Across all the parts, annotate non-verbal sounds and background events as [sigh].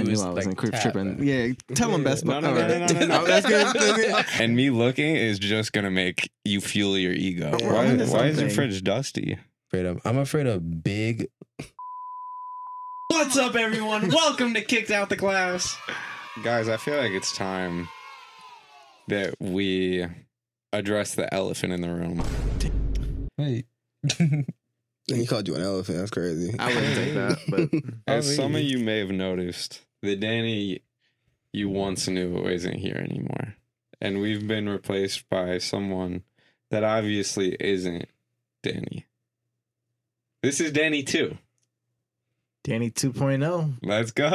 knew just, I like, wasn't creep tap tripping. it. Yeah, tell him best. No, Buy. no, All no, no, right. no, no, no. [laughs] That's good, that's good. And me looking is just gonna make you fuel your ego. Yeah, why I'm into why is your something. fridge dusty? Afraid of, I'm afraid of big. What's up, everyone? Welcome to Kicked Out the Class. Guys, I feel like it's time that we address the elephant in the room. Oh, [laughs] Wait. [laughs] He called you an elephant. That's crazy. I wouldn't take [laughs] that, but As Ollie. some of you may have noticed, the Danny you once knew isn't here anymore. And we've been replaced by someone that obviously isn't Danny. This is Danny too. Danny 2.0 in Let's go.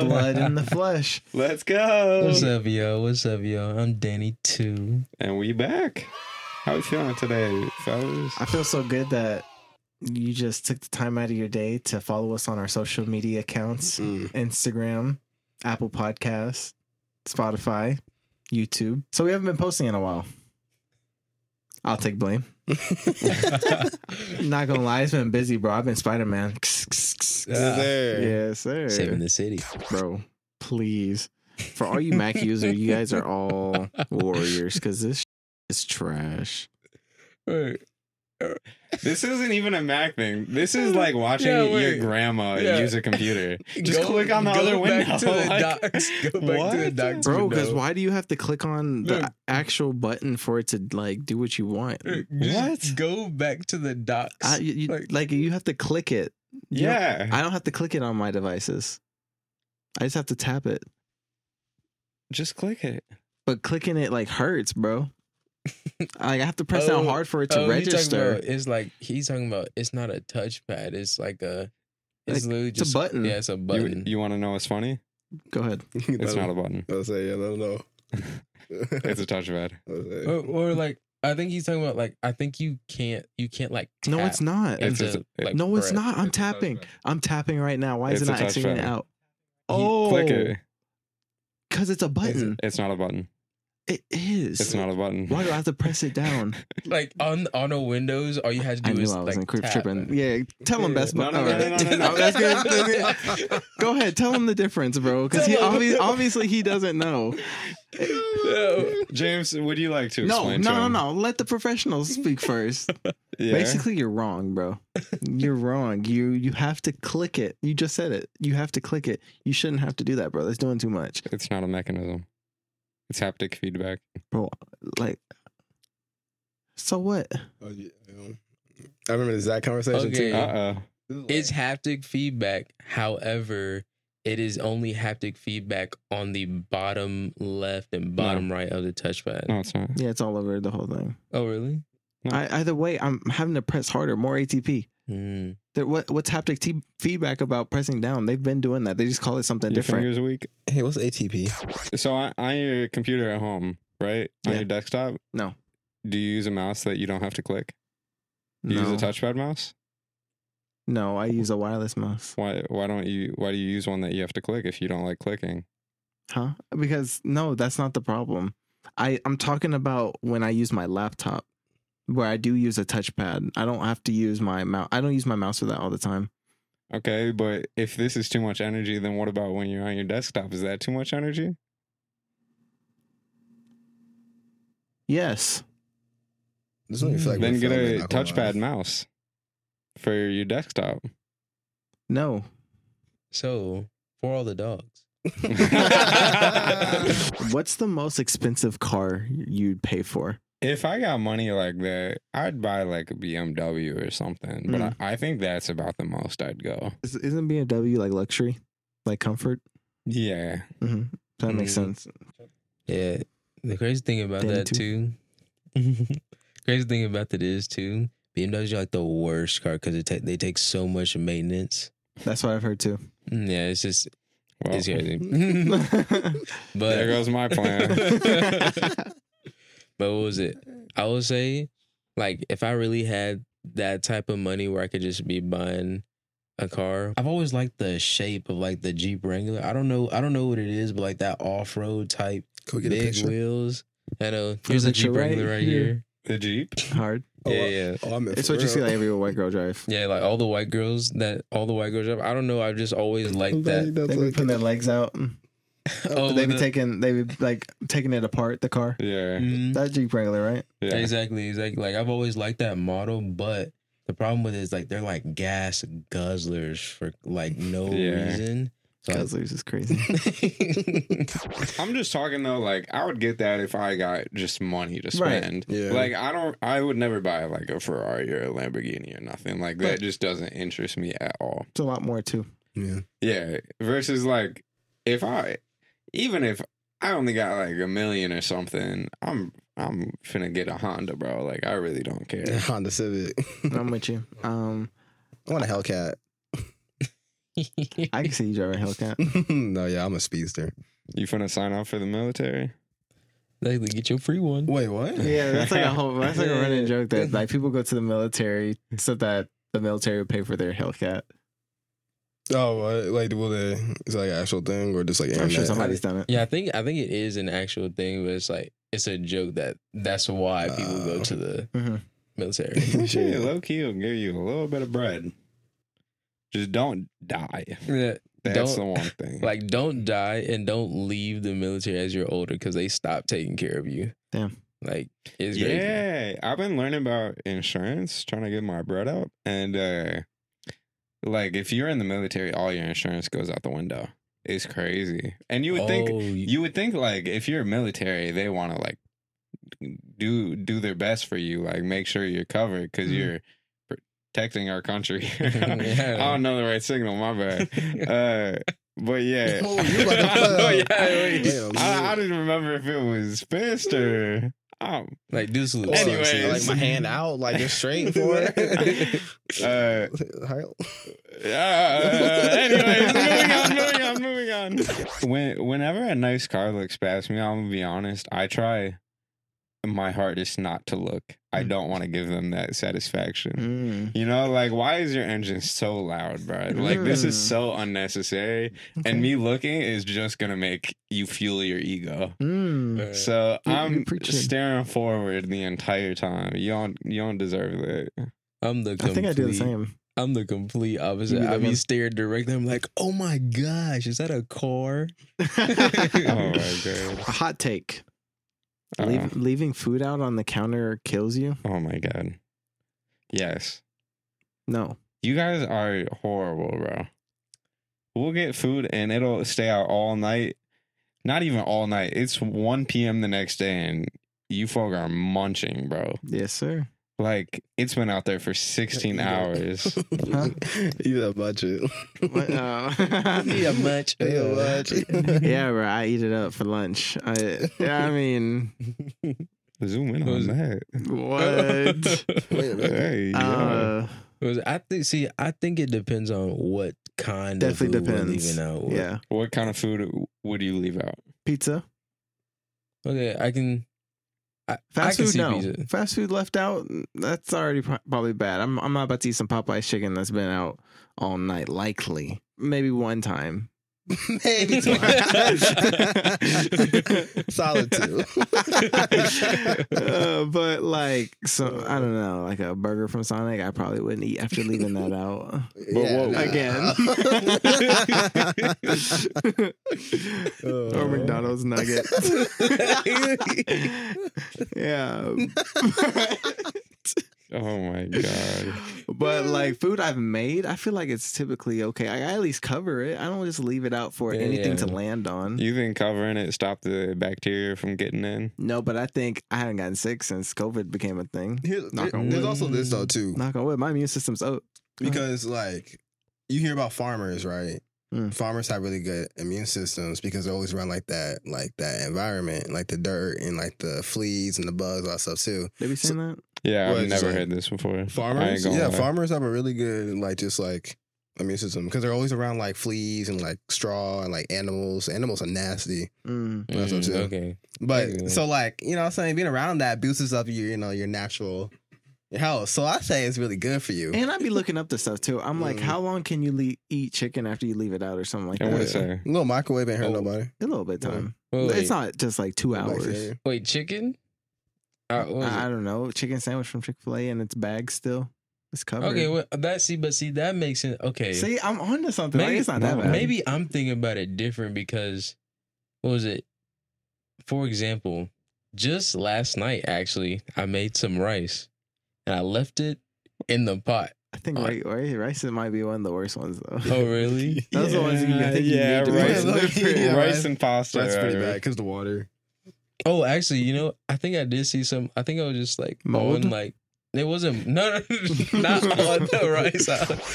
the blood and the flesh. Let's go. What's up, yo? What's up, yo? I'm Danny too. And we back. How we feeling today, fellas? [laughs] Ah, I feel so good that you just took the time out of your day to follow us on our social media accounts: Mm. Instagram, Apple Podcasts, Spotify, YouTube. So we haven't been posting in a while. I'll take [laughs] blame. Not gonna lie, it's been busy, bro. I've been Spider Man. [laughs] Ah. there. Yes, sir. [laughs] Saving the city. bro, please. For all you Mac user, you guys are all warriors because this sh- is trash. Wait. This isn't even a Mac thing. This is like watching Yeah, your wait. grandma Yeah. use a [laughs] computer. Just click on the go other back window. To the [laughs] Like, docs. [laughs] Go back to the what? docs. Bro, because window. why do you have to click on the No. actual button for it to like do what you want? Just Go back to the docs. I, you, you- Like- like, you have to click it. You don't- yeah. I don't have to click it on my devices. I just have to tap it. Just click it. But clicking it like hurts, [laughs] bro. like I have to press down Oh, hard for it to Oh, he talking register. about- it's like he's talking about. It's not a touchpad. It's like a. It's Like, literally a just button. Yeah, it's a You, button. you want to know [laughs] what's funny? Go ahead. It's not a button. I'll say, yeah, no, no. [laughs] It's a touchpad. Oh. or, or like I think he's talking about like I think you can't you can't like No, tap it's not. It's into, a- like, no, it's breath. not. I'm It's a tapping. touchpad. I'm tapping right now. Why is It's it a not exiting it touchpad. out? You Oh, Click it. Because it's a button. It's not a button. It is. It's not a button. Why [laughs] do I have to press it down? like on on a Windows, all you had to do I knew is I was in like creep tap. tripping. [laughs] Yeah, tell him Yeah. best. but No, no, no, no, no, [laughs] no, no. That's good. [laughs] That's good. Go ahead, tell him the difference, bro. Because he Tell him. obvi- obviously he doesn't know. No. James, would you like [laughs] No, to no, explain? to no, him? no. Let the professionals speak first. [laughs] Yeah? Basically, you're wrong, [laughs] bro. You're wrong. You you have to click it. You just said it. You have to click it. You shouldn't have to do that, bro. That's doing too much, it's not a mechanism. It's haptic feedback. bro. Like, so what? Oh, yeah, yeah. I remember the exact conversation Okay. too. Yeah. Uh oh. This is [laughs] like- It's haptic feedback. However, it is only haptic feedback on the bottom left and bottom right of the touchpad. Mm. No, it's not. Yeah, it's all over the whole thing. Oh, really? Mm. I, either way, I'm having to press harder, more ATP. Hmm. There- What, what's haptic t- feedback about pressing down? They've been doing that. They just call it something Your different. fingers weak. hey, what's ATP? So on, on your computer at home, right? On Yeah. your desktop, No, do you use a mouse that you don't have to click? Do you no, use a touchpad mouse? no. I use a wireless mouse, Why why don't you why do you use one that you have to click if you don't like clicking? huh? Because no, that's not the problem. I I'm talking about when I use my laptop, where I do use a touchpad. I don't have to use my mouse. I don't use my mouse for that all the time. Okay, but if this is too much energy, then what about when you're on your desktop? Is that too much energy? Yes, This one you feel like then we're get filming, a not gonna touchpad lie. mouse for your desktop. no. So for all the dogs, [laughs] What's the most expensive car you'd pay for? if I got money like that, I'd buy like a BMW or something. But Mm. I, I think that's about the most I'd go. Is- Isn't BMW like luxury, like comfort? Yeah. hmm That makes Mm. sense. yeah. The crazy thing about Danny that too. [laughs] crazy thing about that is too. BMWs are like the worst car because ta- they take so much maintenance. That's what I've heard [laughs] too. Mm, Yeah, it's just Well, [laughs] it's crazy. But there goes my plan. [laughs] But what was it? I would say, like, if I really had that type of money where I could just be buying a car, I've always liked the shape of like the Jeep Wrangler. I don't know, I don't know what it is, but like that off road type, Can we get a big picture? wheels. I know. For Here's a picture Jeep right Wrangler right here. here. the Jeep. Hard. Oh, yeah, I- yeah. Oh, I'm It's what you see like every white girl drive. Yeah, like all the white girls that all the white girls have. I don't know. I just always like [laughs] that. They be putting their legs out. Oh, they be the- taking they be like taking it apart the car. Yeah. Mhm. That Jeep Wrangler, right? Yeah. Exactly, exactly. Like I've always liked that model, but the problem with it is like they're like gas guzzlers for like no Yeah. reason. So Guzzlers is crazy. [laughs] I'm just talking though, like I would get that if I got just money to Right. spend. Yeah. Like I don't I would never buy like a Ferrari or a Lamborghini or nothing. Like that Right. just doesn't interest me at all. It's a lot more too. Yeah. Yeah. Versus like if I even if I only got like a million or something, I'm I'm finna get a Honda, bro. Like I really don't care. [laughs] Honda Civic. I'm with you. Um, [laughs] I want a Hellcat. [laughs] I can see you driving a Hellcat. no, yeah, I'm a speedster. You finna sign up for the military? they like, get your free one. Wait, what? Yeah, that's [laughs] like a whole that's like a running Yeah. joke that like people go to the military so that the military would pay for their Hellcat. Oh, what? like, will they? Is that like an actual thing or just like I'm sure internet? somebody's done it. Yeah, I think I think it is an actual thing, but it's like it's a joke that that's why people go Oh. to the Mhm. [laughs] military. [laughs] [laughs] Shit, low key will give you a little bit of bread. Just don't die. [laughs] Yeah, That's Don't- the one thing. [laughs] like don't die and don't leave the military as you're older because they stop taking care of you. Damn. like it's crazy. yeah, I've been learning about insurance, trying to get my bread up, and uh like if you're in the military, all your insurance goes out the window. It's crazy, and you would think Oh, you- you would think like if you're military, they want to like do do their best for you, like make sure you're covered because Mm-hmm. Mhm. you're protecting our [laughs] country. [laughs] Yeah. I don't know the right signal. My bad. Uh, but yeah, [laughs] Oh, you about to [laughs] I, know, fail. yeah, wait. Damn, I, I dude. didn't remember if it was fist or. Um, like do salute. Or- Anyways. like my hand out, like just straight for [laughs] it. [laughs] uh, Hi- uh, [laughs] [laughs] anyways, moving [laughs] on, moving on, moving on. When, whenever a nice car looks past me, I'm gonna be honest. I try my hardest not to look. I Mm. don't want to give them that satisfaction. Mm. You know, like why is your engine so loud, bro? Like this is so unnecessary, and me looking is just gonna make you fuel your ego. Mm. [laughs] Uh, [laughs] So You're- you're I'm preaching. staring forward the entire time. You don't, you don't deserve that. I'm the. Complete, I think I do the same. I'm the complete You opposite. be the I be one- stared directly. I'm like, oh my gosh, is that a car? [laughs] Oh my god. A hot take. Uh, Leave, leaving food out on the counter kills you? oh my god. Yes. No. You guys are horrible, bro. We'll get food and it'll stay out all night. Not even all night. It's 1 p.m. the next day and you folk are munching, bro. Yes, sir. Like it's been out there for 16 Yeah. hours. [laughs] Huh? Eat a budget. What- [laughs] uh, Yeah, [laughs] much. Eat a [laughs] budget. yeah, bro. I eat it up for lunch. I, I [laughs] mean, Zoom in on Was- that. what? Wait a minute. Hey, yeah. Uh, [laughs] Was- I think. See, I think it depends on what kind Definitely of food we're depends. leaving out. with. yeah. What kind of food would you leave out? Pizza. Okay, I can. I, I Fast can food, see no. pizza. Fast food left out, mm, that's already pro- probably bad. I'm, I'm not about to eat some Popeye's chicken that's been out all night, likely. Maybe one time. Maybe [laughs] Solid [laughs] two. [laughs] Uh, but like, so I don't know, like a burger from Sonic, I probably wouldn't eat after leaving that out. But whoa. [laughs] or McDonald's nugget. [laughs] yeah. Oh my [laughs] god. But like food I've made, I feel like it's typically okay. I, I at least cover it. I don't just leave it out for Yeah, anything to yeah. land on. You think covering it stopped the bacteria from getting in? no, but I think I haven't gotten sick since COVID became a thing. Here- Knock on there's wood. also this though too, Knock on wood, my immune system's up. because like you hear about farmers, right? Hmm. Mm. Farmers have really good immune systems because they're always around like that, like that environment, like the dirt and like the fleas and the bugs, all that stuff too. They be saying that? Yeah, Well, I've it's just never like- heard this before. I ain't Farmers, gonna yeah, lie. farmers have a really good like just like immune system because they're always around like fleas and like straw and like animals. Animals are nasty, Mm. That's what I'm Mm, saying. okay. but Yeah. so like you know, what I'm saying being around that boosts up your you know your natural health. So I say it's really good for you. And I'd be looking up this stuff too. I'm like, Mm. how long can you le- eat chicken after you leave it out or something like I that? wanna Yeah. say. little microwave ain't hurt Oh. nobody. A little bit of Yeah. time. Well, wait, It's not just like two Like, hours. yeah. Wait, chicken? Uh, what was it? I, I don't know. Chicken sandwich from Chick Fil A in its bag still. It's covered. okay, well, that see, but see, that makes sense. Okay, See, I'm on to something. Maybe, like, it's not that no, bad. Maybe I'm thinking about it different because what was it? For example, just last night actually, I made some rice and I left it in the pot. I Uh, think right, right, rice might be one of the worst ones though. Oh really? [laughs] Those are the ones you Yeah, think you yeah, need to oh, rice, make. [laughs] Look, [laughs] yeah, rice rice- and pasta. That's pretty are- bad because the water. Oh, actually, you know, I think I did see some. I think I was just like Mold? on like it [laughs] wasn't [laughs] no, no not on the rice.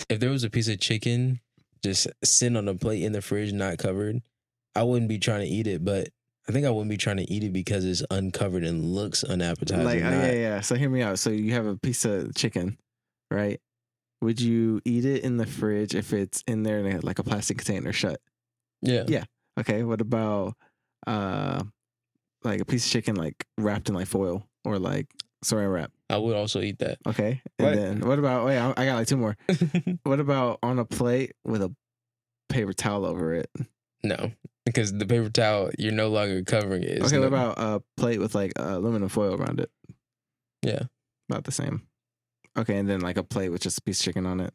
If there was a piece of chicken just sitting on a plate in the fridge, not covered, I wouldn't be trying to eat it. But I think I wouldn't be trying to eat it because it's uncovered and looks unappetizing. Like, oh, not- yeah, yeah. So hear me out. So you have a piece of chicken, right? Would you eat it in the fridge if it's in there in a, like a plastic container shut? yeah, Yeah. Okay. What about uh, like a piece of chicken like wrapped in like foil or like saran wrap? I would also [laughs] eat that. Okay. And What? then what about? Wait, I, I got like two more. What about on a plate with a paper towel over it? no, because the paper towel you're no longer covering it. It's okay. What no- about a plate with like uh, aluminum foil around it? Yeah. About the same. Okay, and then like a plate with just a piece of chicken on it.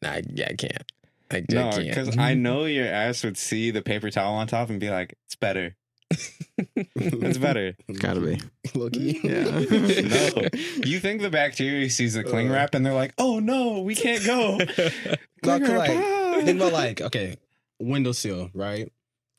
Nah, I, I can't. I, I No, can't. because I know your ass would see the paper towel on top and be like, "It's better. [laughs] [laughs] It's better." Gotta be. [laughs] Lucky. Yeah. No. you think the bacteria sees the Uh. cling wrap and they're like, "Oh no, we can't [laughs] go." Not Cling to, wrap, like- ah. Think about like okay, windowsill, right?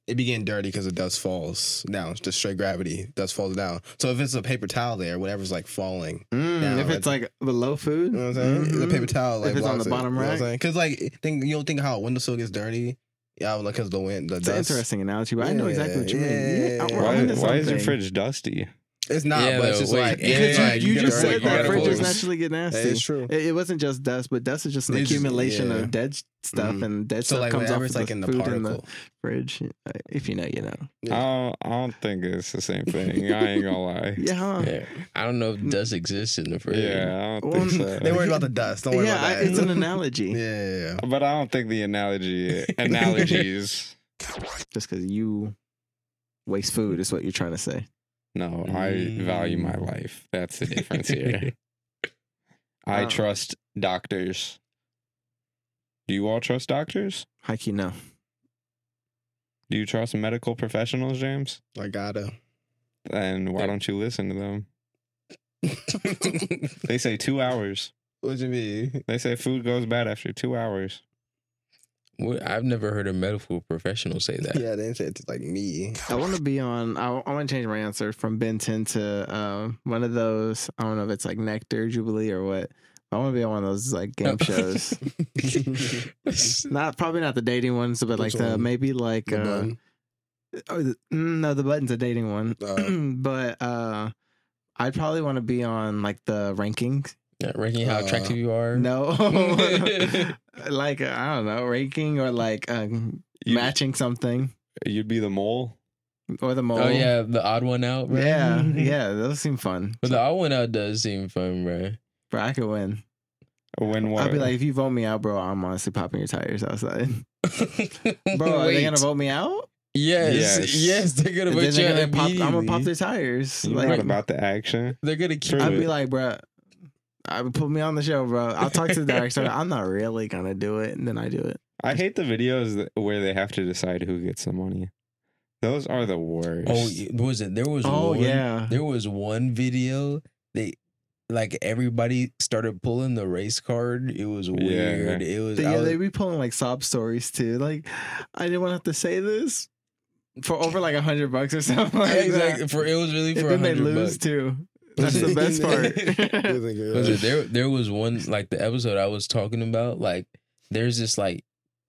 It be getting dirty because the dust falls down. It's just straight gravity. Dust falls down. So if it's a paper towel there, whatever's like falling. Mm, Yeah, if it's like below food, You know what I'm saying? The mhm. paper towel like If it's on blocks the it, bottom you know what I'm rack. saying? Cause like think you don't think how a windowsill gets dirty. Yeah, like cause the wind the it's an dust. interesting analogy, but I know Yeah, exactly what you mean. yeah. Yeah, Why, I'm onto why is something. your fridge dusty? It's not, Yeah, but though, it's just wait, like yeah, it's Because yeah, like, you, you get just dirty said that particles. fridges naturally get nasty. It's true. It, it wasn't just dust, but dust is just an It's- accumulation yeah. of dead stuff, Mhm. and dead So stuff like comes off whatever's with like the in the food in the particle. fridge. Uh, If you know, you know. Yeah. I don't, I don't think it's the same thing. I ain't [laughs] gonna lie. Yeah, huh? Yeah. I don't know if dust exists in the fridge. Yeah, I don't Well, think so. [laughs] They worry about the dust. Don't [laughs] worry Yeah, about I- that. it's [laughs] an analogy. yeah, yeah, yeah. but I don't think the [laughs] analogy analogies. Just because you waste food is what you're trying to say. No, I value my life. That's the [laughs] difference [laughs] here. I Wow. trust doctors. Do you all trust doctors? Haiku, no. Do you trust medical professionals, James? I gotta. Then why don't you listen to them? They say two hours. what you mean? They say food goes bad after two hours. What- I've never heard a medical professional say that. [laughs] Yeah, they said it's like me. I want to be on. I, want to change my answer from Ben 10 to um, one of those. I don't know if it's like Nectar Jubilee or what. I want to be on one of those like [laughs] game shows. [laughs] Not probably not the dating ones, but like Which the one? maybe like The uh, [laughs] bun. oh, the- mm, no, the button's a dating one. [clears throat] Oh. but uh, I'd probably want to be on like the rankings. Yeah, ranking how Uh, attractive you are. [laughs] No, [laughs] like I don't know, ranking or like um, You, matching something You'd be the mole. or the mole. Oh yeah, the odd one out, bro. [laughs] yeah, yeah. Those seem fun. But the odd one out does seem fun, bro. [laughs] Bro, I could win. When what? I'd be like, if you vote me out, bro, I'm honestly popping your tires [laughs] outside. Bro, are they gonna vote me out? Yes, Yes. yes, they're gonna Then vote you they're gonna out pop, I'm gonna pop immediately. their tires. You're Like, not about the action. They're gonna keep. I'd Prove be it. like, bro, I would put me on the show, bro. I'll talk to the director. [laughs] I'm not really gonna do it, and then I do it. I hate the videos that, where they have to decide who gets the money. Those are the worst. Oh, y- was it? There was. Oh Oh yeah, There was one video they like everybody started pulling the race card. It was weird. It was. I yeah. was- They be pulling like sob stories too. Like, I didn't want to have to say this for over like a hundred bucks or [laughs] something. Like Yeah, that. exactly. For it was really And for then they hundred lose bucks. too. [laughs] That's the it- [laughs] best [laughs] part. Was it part. [laughs] there? There was one like the episode I was talking about. Like, there's this like,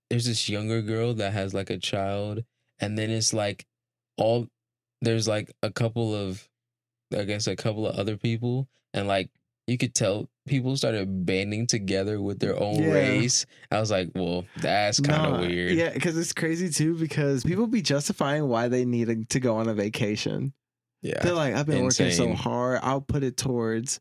there's this younger girl that has like a child, and then it's like all there's like a couple of, I guess a couple of other people, and like you could tell people started banding together with their own Yeah. race. I was like, well, that's kind Nah, of weird. Yeah, because it's crazy too. Because people be justifying why they needed to go on a vacation. yeah. They're like, I've been working so Insane. hard. I'll put it towards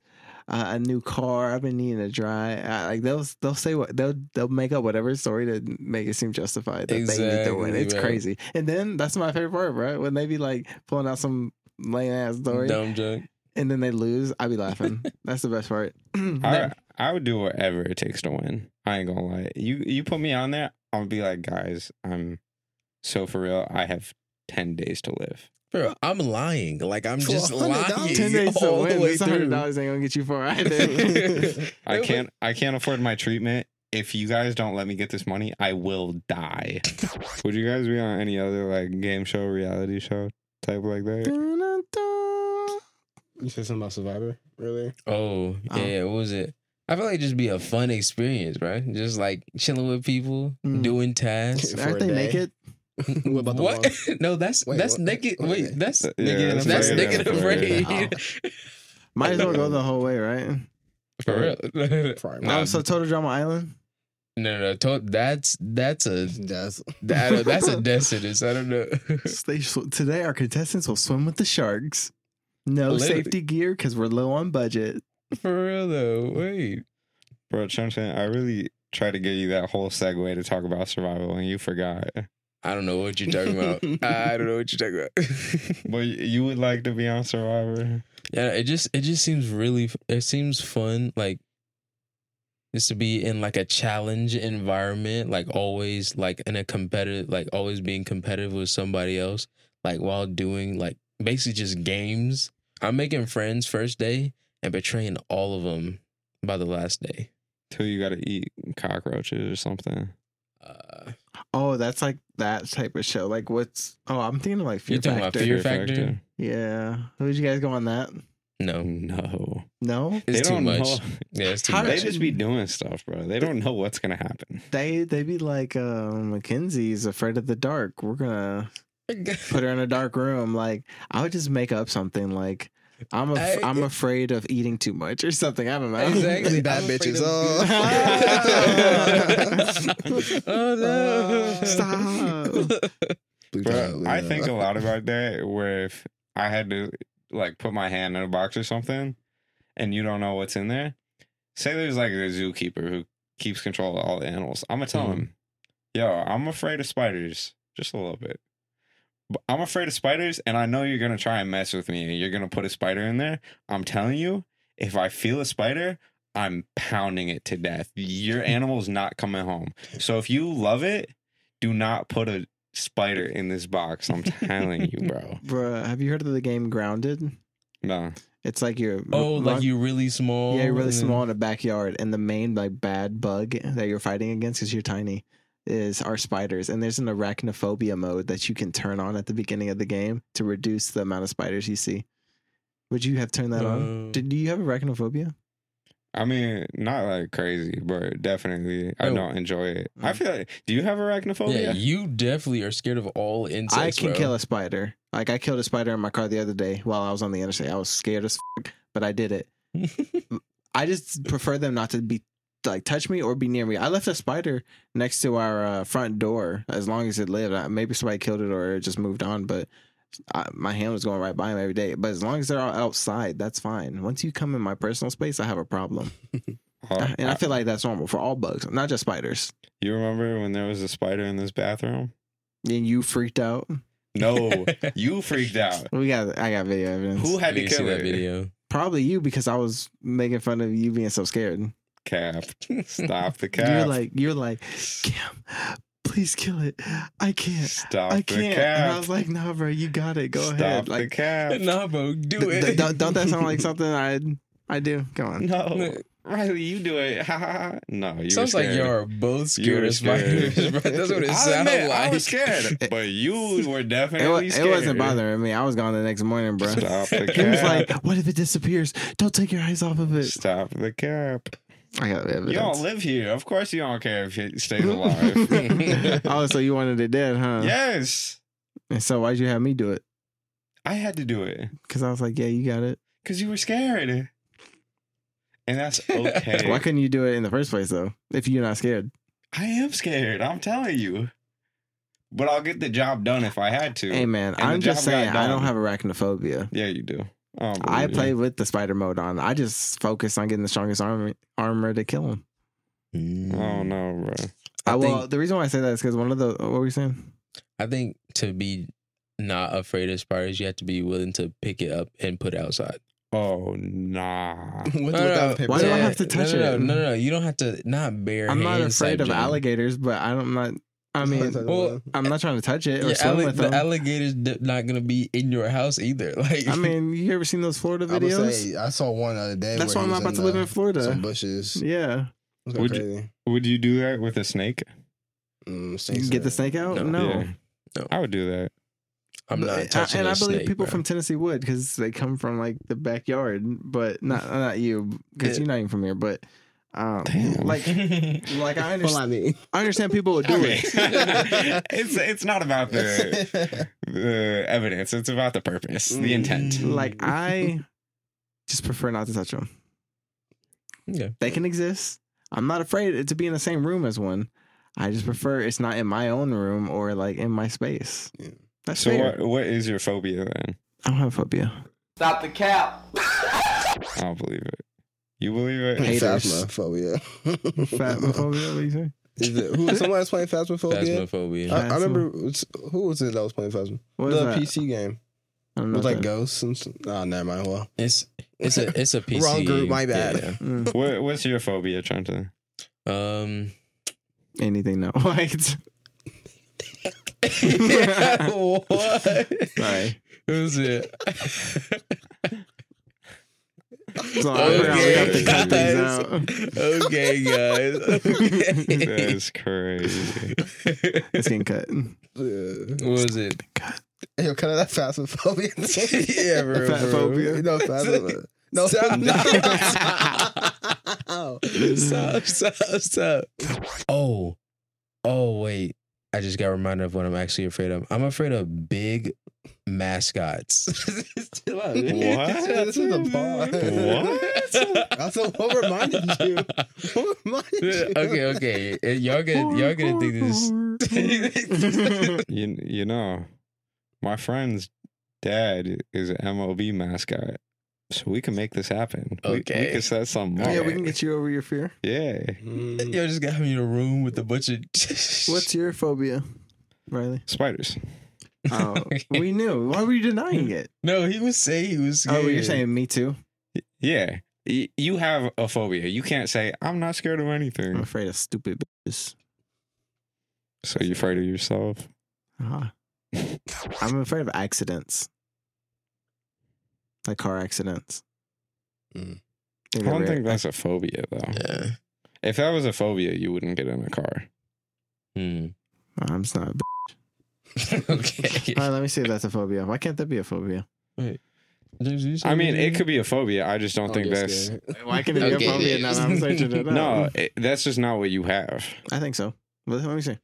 uh, a new car. I've been needing a drive. Uh, like they'll they'll say what they'll they'll make up whatever story to make it seem justified that they need to win. Exactly, It's bro. crazy. And then that's my favorite part, right? When they be like pulling out some lame ass story. Dumb joke. and then they lose, I'd be laughing. [laughs] That's the best part. [clears throat] I, I would do whatever it takes to win. I ain't gonna lie. You you put me on there, I'll be like, guys, I'm so for real. I have ten days to live. Bro, I'm lying. Like I'm For just lying $100? Ten days to [laughs] all the win. way This hundred through. dollars ain't gonna get you far [laughs] either. I I can't I can't afford my treatment. If you guys don't let me get this money, I will die. Would you guys be on any other like game show, reality show type like Mm. that? Dun-dun-dun. You said something about Survivor, [laughs] really? Oh Um, Oh. yeah, what was it? I feel like it'd just be a fun experience, right? Just like chilling with people, Mm. doing tasks. For Aren't a they day. naked? [laughs] what about the what? wall? [laughs] [laughs] no, that's Wait, that's what? naked. Wait, Wait, wait. that's Naked and that's Afraid. naked and afraid. Might as well go the whole way, right? [laughs] For real. [laughs] no, Probably. Nah. Oh, so Total Drama Island. no, no. To- that's that's a That's that- I don't- that's a death sentence. I don't know. [laughs] They sw- today, our contestants will swim with the sharks. No Literally. safety gear because we're low on budget. For real though. Wait. Bro, Chumchin, I really tried to give you that whole segue to talk about survival and you forgot. I don't know what you're talking about. [laughs] I don't know what you're talking about. [laughs] But you would like to be on Survivor? Yeah, it just it just seems really it seems fun like just to be in like a challenge environment, like always like in a competitive like always being competitive with somebody else, like while doing like basically just games. I'm making friends first day and betraying all of them by the last day. Till you gotta eat cockroaches or something. Uh, Oh, that's like that type of show. Like, what's? Oh, I'm thinking of like Fear You're talking about Factor. Fear Factor? Yeah. Would you guys go on that? no, Oh, No. No, Mm. They it's too don't much. [laughs] know. Yeah, it's too How They much. did- [laughs] just be doing stuff, bro. They don't know what's gonna happen. they they be like um, Mackenzie's afraid of the dark. We're gonna put her in a dark room. Like, I would just make up something like. I'm af- I- I'm afraid of eating too much or something. I don't know. Exactly. Bad I'm afraid bitches. of- [laughs] Oh. oh no! Stop. Bro, I think a lot about that. Where if I had to like put my hand in a box or something, and you don't know what's in there, say there's like a zookeeper who keeps control of all the animals. I'm gonna tell Mhm. him, "Yo, I'm afraid of spiders, just a little bit. But I'm afraid of spiders, and I know you're gonna try and mess with me. and You're gonna put a spider in there. I'm telling you, if I feel a spider." I'm pounding it to death. [laughs] Your animal's not coming home. So if you love it, do not put a spider in this box. I'm telling you, [laughs] bro. [laughs] Bruh, have you heard of the game Grounded? No. It's like you're Oh, like run- you really small. yeah, you're really and then- small in a backyard, and the main like bad bug that you're fighting against because you're tiny is our spiders. And there's an arachnophobia mode that you can turn on at the beginning of the game to reduce the amount of spiders you see. Would you have turned that on? Uh, Did do you have arachnophobia? I mean, not like crazy, but definitely I Bro. don't enjoy it. I Mm. feel like do you have arachnophobia? Yeah, you definitely are scared of all insects. I can bro. [laughs] kill a spider. Like I killed a spider in my car the other day while I was on the interstate. I was scared as fuck, but I did it. I just prefer them not to be like touch me or be near me. I left a spider next to our uh, front door as long as it lived. Uh, Maybe somebody killed it or it just moved on, but I, my hand was going right by him every day. But as long as they're all outside, that's fine. Once you come in my personal space, I have a problem, Uh, and I I- feel like that's normal for all bugs, not just spiders. you remember when there was a spider in this bathroom? And you freaked out. Oh, [laughs] No, [laughs] you freaked out. We got. I got video evidence. Who had Have to you seen kill that it? video? Probably you because I was making fun of you being so scared. Cap, stop the [laughs] You're cap. like, you're like, Cam, please kill it. I can't. stop I the can't. And I cap. was like, nah, bro, you got it. Go stop ahead. the Like, [laughs] [laughs] cap. nah, bro, do d- it. d- don't, don't that sound like something I I do? Come [laughs] on. No, Riley, you do it. Ha, ha, ha. no, you Sounds were like scared. y'all are both You scared were of spiders, [laughs] scared. bro. That's what it I'll sounds admit, like. [laughs] I [laughs] was scared, Oh, but you were It, wa- definitely it scared. wasn't bothering me. I was gone the next morning, bro. Stop the He was cap. like, what if [laughs] it disappears? Don't take your eyes off of it. Stop the cap. I got evidence. You all live here. Of course, you don't care if [laughs] it stays alive. oh, so you wanted it dead, huh? yes, And so why'd you have me do it? I had to do it Because I was like, yeah, you got it. because you were scared, and that's [laughs] okay. Why couldn't you do it in the first place, though, if you're not scared? I am scared. I'm telling you, but I'll get the job done if I had to. Hey man, And I'm the just job got saying I don't done. Oh, have arachnophobia. Yeah, you do. don't I believe play you. with the spider mode on. I just focus on getting the strongest armor armor to kill him. Oh no, bro. I, I well, think- the reason why I say that is because one of the what were you saying? I think to be not afraid of spiders, you have to be willing to pick it up and put it outside. Oh nah. With, No, no, [laughs] without no. a paper Why do I towel. have to touch no, no, it? No, no, no, You don't have to. Not bare. I'm not hands afraid type of jam. alligators, but I don't, I'm not. [laughs] I mean, well, I'm not trying to touch it or Yeah, swim alli- with the them. alligators d- not gonna be in your house either. [laughs] Like, I mean, you ever seen those Florida [laughs] I would videos? say I saw one the other day. That's why where I'm he not was about to in live the- in Florida. Some bushes. Yeah, That's kinda Would you- crazy. Would you do that with a snake? Mm, you snakes can get the are- snake out. No. No, Yeah. No. I would [laughs] do that. I'm But- not touching. and a I believe snake, people bro. [laughs] from Tennessee would because they come from like the backyard, but not not you because Yeah. you're not even from here. But um, Damn. like like I Well, understand, I mean, I understand people would do it. [laughs] it's it's not about [laughs] the [laughs] the evidence. It's about the purpose, the intent. Mm. Like I just prefer not to touch them. Yeah. They can exist. I'm not afraid to be in the same room as one. I just prefer it's not in my own room or like in my space. Yeah. That's So fair. what what is your phobia then? I don't have phobia. Stop the cap. I'll believe it. You [laughs] believe it? Haters. [laughs] Phasmophobia. Phasmophobia. What do you say? Is [laughs] it, who, someone was playing Phasmophobia? Phasmophobia. I, I remember it's- who was it that was playing Phasmophobia? What is The that? PC game I don't know what with like that- ghosts and. s- Oh, never mind. Well, It's it's a it's a PC. [laughs] Wrong group, my bad. yeah. Mm, What what's your phobia, Trenton? [laughs] Um. [laughs] anything no. [laughs] like it's- what? sorry. Who's it? [laughs] So I forgot we have to cut things out. guys. okay, [laughs] guys. That [laughs] Okay. is crazy. It's getting cut. yeah. [laughs] what was it? Yo, cut out [laughs] that Phasmophobia. yeah, bro. Fat bro. phobia. [laughs] No, Phasmophobia. No, [laughs] Stop. no. stop, stop, stop. Oh, oh, wait. I just got reminded of what I'm actually afraid of. I'm afraid of big mascots. [laughs] Chill out, man. What? This is a bar. What? Also, [laughs] what reminded you? What [laughs] reminded you? okay, okay. Uh, Y'all gonna y'all gonna think this. [laughs] You you know, my friend's dad is an MLB mascot, so we can make this happen. We- we, Okay. can set something up. yeah, we can get you over your fear. Yeah. Mm. Y'all just got me in a room with a bunch of. What's your phobia, Riley? Spiders. Oh, [laughs] we knew. Why were you denying it? No, he was saying he was. Oh, you're scared. saying me too? Yeah. Y- You have a phobia. You can't say I'm not scared of I'm anything. afraid of stupid bitches. So you're afraid of yourself. [laughs] Uh-huh. I'm afraid of accidents, like car accidents. Mm. They're I don't rare. think that's a phobia though. Yeah. If that was a phobia, you wouldn't get in a car. Hmm. [laughs] I'm just not. A b- okay. All right, let me see if that's a phobia. Why can't that be a phobia? I mean, it could be a phobia. I just don't think get that's scared. Why can it be Okay. a phobia? Now that I'm searching [laughs] it up. no. It, that's just not what you have. I think so. Let, let me see.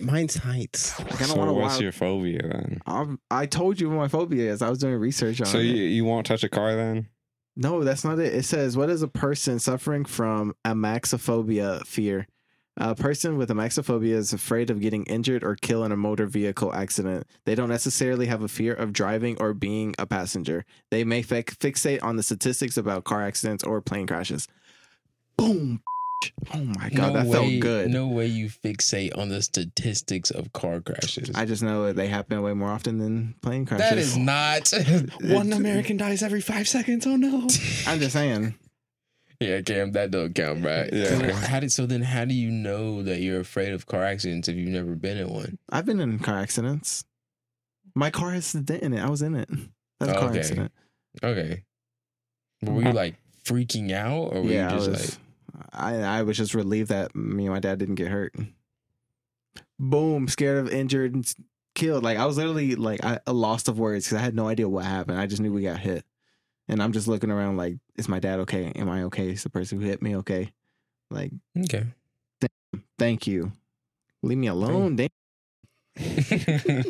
Mine's heights. I kind of So want to what's watch. your phobia then? I'm, I told you what my phobia is. I was doing research on So it. you, you won't touch a car then? No, that's not it. It says, "What is a person suffering from amaxophobia fear? A person with amaxophobia is afraid of getting injured or killed in a motor vehicle accident. They don't necessarily have a fear of driving or being a passenger. They may fi- fixate on the statistics about car accidents or plane crashes." Boom! Oh my god, that way- felt good. No way you fixate on the statistics of car crashes. I just know that they happen way more often than plane crashes. that [laughs] is not. [laughs] One American dies every five seconds. Oh no! [laughs] I'm just saying. [laughs] yeah, Cam, that don't count, right? Yeah. How did so then? How do you know that you're afraid of car accidents if you've never been in one? I've been in car accidents. My car has a dent in it. I was in it. That's a car Okay. accident. Okay. But were you like freaking out, or were Mm-hmm. yeah, you just I was. I I was just relieved that me and my dad didn't get hurt. Boom! Scared of injured and s- killed. Like I was literally like I a lost of words because I had no idea what happened. I just knew we got hit, and I'm just looking around like, is my dad okay? Am I okay? Is the person who hit me okay? Like, like thank you. Leave me alone, damn. okay?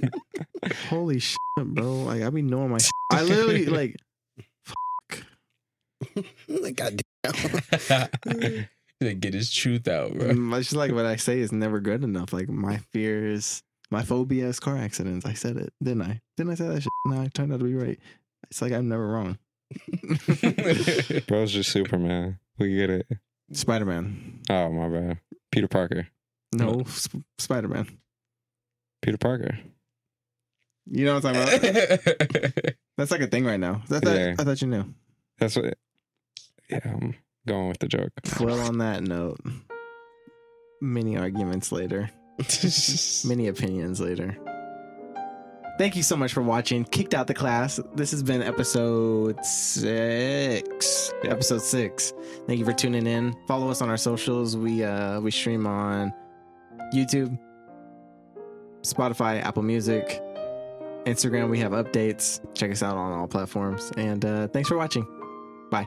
Holy shit, bro! Like I be knowing [laughs] my. Shit. I literally like. God [laughs] [laughs] to get his truth out, bro. Mm, It's just like what I say is never good enough. Like my fears, my phobia is car accidents. I said it, didn't I? Didn't I say that shit? No, I turned out to be right. It's like I'm never wrong. Mm. [laughs] Bro's just Superman. We get it. Spider Man. Oh my bad. Peter Parker. No, sp- Spider Man. Peter Parker. You know what I'm talking about? That's like a thing right now. I thought, Yeah. I thought you knew. That's what. Yeah, I'm going with the joke. Well, on that note, many arguments later, [laughs] many opinions later. Thank you so much for watching. Kicked out the class. This has been episode six. Episode six. Thank you for tuning in. Follow us on our socials. We uh we stream on YouTube, Spotify, Apple Music, Instagram. We have updates. Check us out on all platforms. And uh, thanks for watching. Bye.